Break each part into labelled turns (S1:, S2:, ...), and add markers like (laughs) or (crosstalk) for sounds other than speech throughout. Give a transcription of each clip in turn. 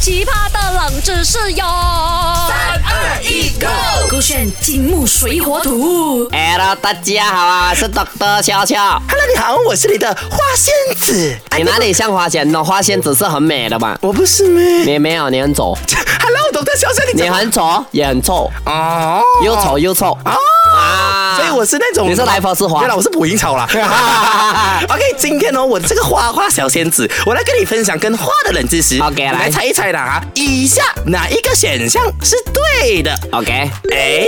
S1: 奇葩的冷知识哟！三
S2: 二一，Go！
S1: 勾选金木水火土。
S3: Hello，大哎家好啊，是 Doctor 笑笑。
S2: Hello，你好，我是你的花仙子。
S3: 你哪里像花仙呢？花仙子是很美的嘛。
S2: 我不是咩
S3: 你没有，你很丑，
S2: ？Hello，懂得笑笑，你
S3: 你
S2: 怎么
S3: 很丑，也很臭，
S2: 哦，
S3: 又丑又臭
S2: 哦。
S3: 啊！
S2: 所以我是那种
S3: 你是来佛是花
S2: 原来我是捕蝇草啦。OK，今
S3: (laughs)
S2: 天呢，我这个花花小仙子，我来跟你分享跟花的冷知识。
S3: OK，
S2: 你来
S3: 来
S2: 猜一猜啦哈，以下哪一个选项是对的？
S3: OK，
S2: 哎，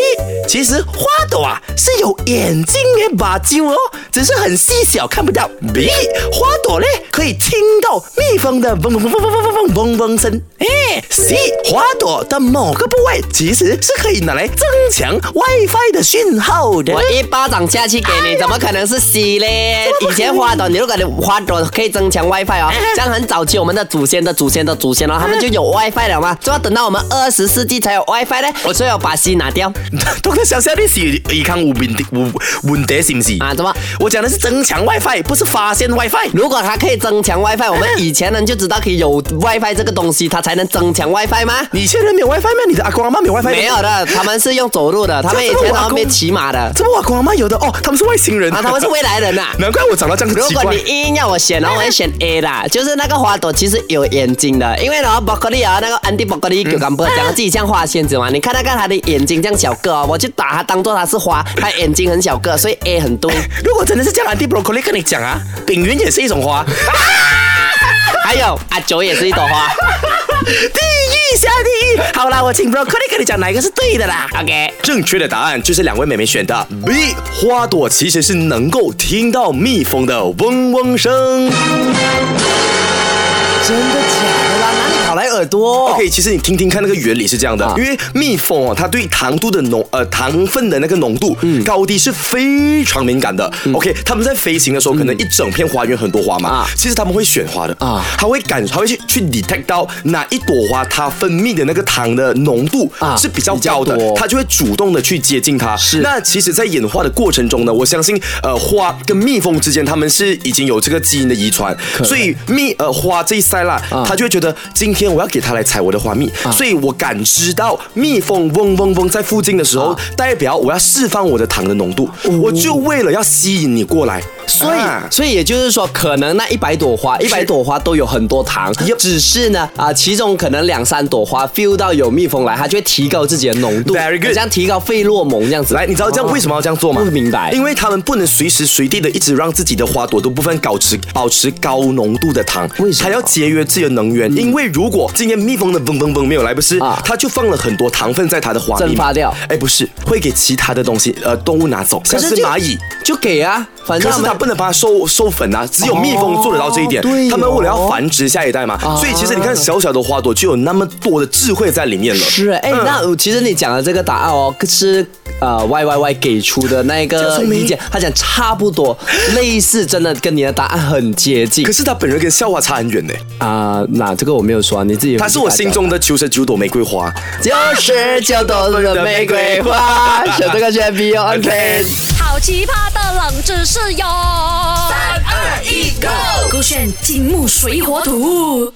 S2: 其实花朵啊是有眼睛的把揪哦，只是很细小看不到。B，花朵嘞可以听到蜜蜂的嗡嗡嗡嗡嗡嗡嗡嗡嗡声。哎，C，花朵的某个部位其实是可以拿来增强 WiFi 的讯号的
S3: 我。一巴掌下去给你，怎么可能是 C
S2: 哎
S3: 嘞？以前花朵，你如果你花朵可以增强 WiFi 哦，
S2: 哎
S3: 这样很早期我们的祖先的祖先的祖先哦，他们就有 WiFi 了嘛，就要等到我们二十世纪才有 WiFi 呢。我所以我把 C 拿掉
S2: Doctor 小小，你是抵抗无问题无问题是不是？
S3: 啊？怎么？
S2: 我讲的是增强 WiFi，不是发现 WiFi。
S3: 如果它可以增强 WiFi，我们以前人就知道可以有 WiFi 这个东西，它才能增强 WiFi 吗？
S2: 你现在没有 WiFi 吗？你的阿公阿妈没有 WiFi 吗
S3: 没有的，他们是用走路的，他们以前他们没骑马的， (laughs)
S2: 怎么我阿公阿妈有的哦？他们是外星人
S3: 啊，他们是未来人呐、
S2: (laughs) 难怪我长到这样子
S3: 如
S2: 奇
S3: 果
S2: 怪
S3: 你。硬要我选，然后我会选 A 啦，就是那个花朵其实有眼睛的，因为呢，宝格丽啊，那个安迪宝格丽 c u c 讲自己像花仙子嘛，你看那个他的眼睛这样小个哦，我就把它当做它是花，它眼睛很小个，所以 A (laughs) 很对。
S2: 如果真的是这样，Andy Broccoli 跟你讲啊，丙云也是一种 (laughs) 花。
S3: 还有阿九也是一朵 (laughs) 花。
S2: 地狱下地狱。好啦，我请 Broccoli 跟你讲哪一个是对的啦。
S3: OK，
S2: 正确的答案就是两位妹妹选的 B，花朵其实是能够听到蜜蜂的嗡嗡声。
S3: 真的假的啦？哪里跑来耳朵
S2: OK，其实你听听看，那个原理是这样的，
S3: 哦啊
S2: 因为蜜蜂哦，它对糖度的浓呃糖分的那个浓度、
S3: 嗯
S2: 高低是非常敏感的。OK，它们在飞行的时候，可能一整片花园很多花嘛，
S3: 嗯啊
S2: 其实它们会选花的
S3: 啊
S2: 它会感它会去去 detect 到哪一朵花它分泌的那个糖的浓度
S3: 啊
S2: 是比较
S3: 比较
S2: 高的，
S3: 多
S2: 它就会主动的去接近它。
S3: 是
S2: 那其实，在演化的过程中呢，我相信呃花跟蜜蜂之间，它们是已经有这个基因的遗传，所以蜜呃花这一塞啦，
S3: 啊
S2: 它就会觉得今天我要给它来采我的花蜜，所以我感知到蜜蜂嗡嗡嗡在附近的时候，
S3: 啊哦
S2: 代表我要释放我的糖的浓度，我就为了要吸引你过来，
S3: 所以，
S2: 啊
S3: 所以也就是说，可能那一百朵花，一百朵花都有很多糖，只是呢，啊、其中可能两三朵花 feel 到有蜜蜂来，它就会提高自己的浓度
S2: Very good
S3: 好像提高费洛蒙这样子。哦
S2: 来，你知道这样为什么要这样做吗？
S3: 不明白
S2: 因为他们不能随时随地的一直让自己的花朵的部分保持保持高浓度的糖，
S3: 为什么嗯
S2: 它要节约自己的能源，因为如果今天蜜蜂的嗡嗡嗡没有来，不是
S3: 啊，
S2: 它就放了很多糖分在它的花蜜
S3: 蒸发掉
S2: 哎，不是，会给其他的东西呃动物拿走，像是
S3: 就
S2: 蚂蚁。
S3: 就给啊，反
S2: 可
S3: 正他
S2: 是它
S3: 们
S2: 不能帮它授授粉啊，只有蜜蜂做得到这一点。
S3: 哦对哦哦
S2: 它们为了要繁殖下一代嘛，所以其实你看小小的花朵就有那么多的智慧在里面了。
S3: 是哎、那我其实你讲的这个答案哦，是呃 Y Y Y 给出的那
S2: 叫
S3: 个
S2: 什么
S3: 意见，他讲差不多，类似，真的跟你的答案很接近
S2: 可是它本人跟校花差很远呢，
S3: 啊、那这个我没有说、啊，你自己
S2: 它是我心中的九十九朵玫瑰花。
S3: 九十九 (laughs) 朵的玫瑰花，选这个选 Beyond。
S1: 好奇葩的冷知识哟！三二一，Go！勾选金木水火土。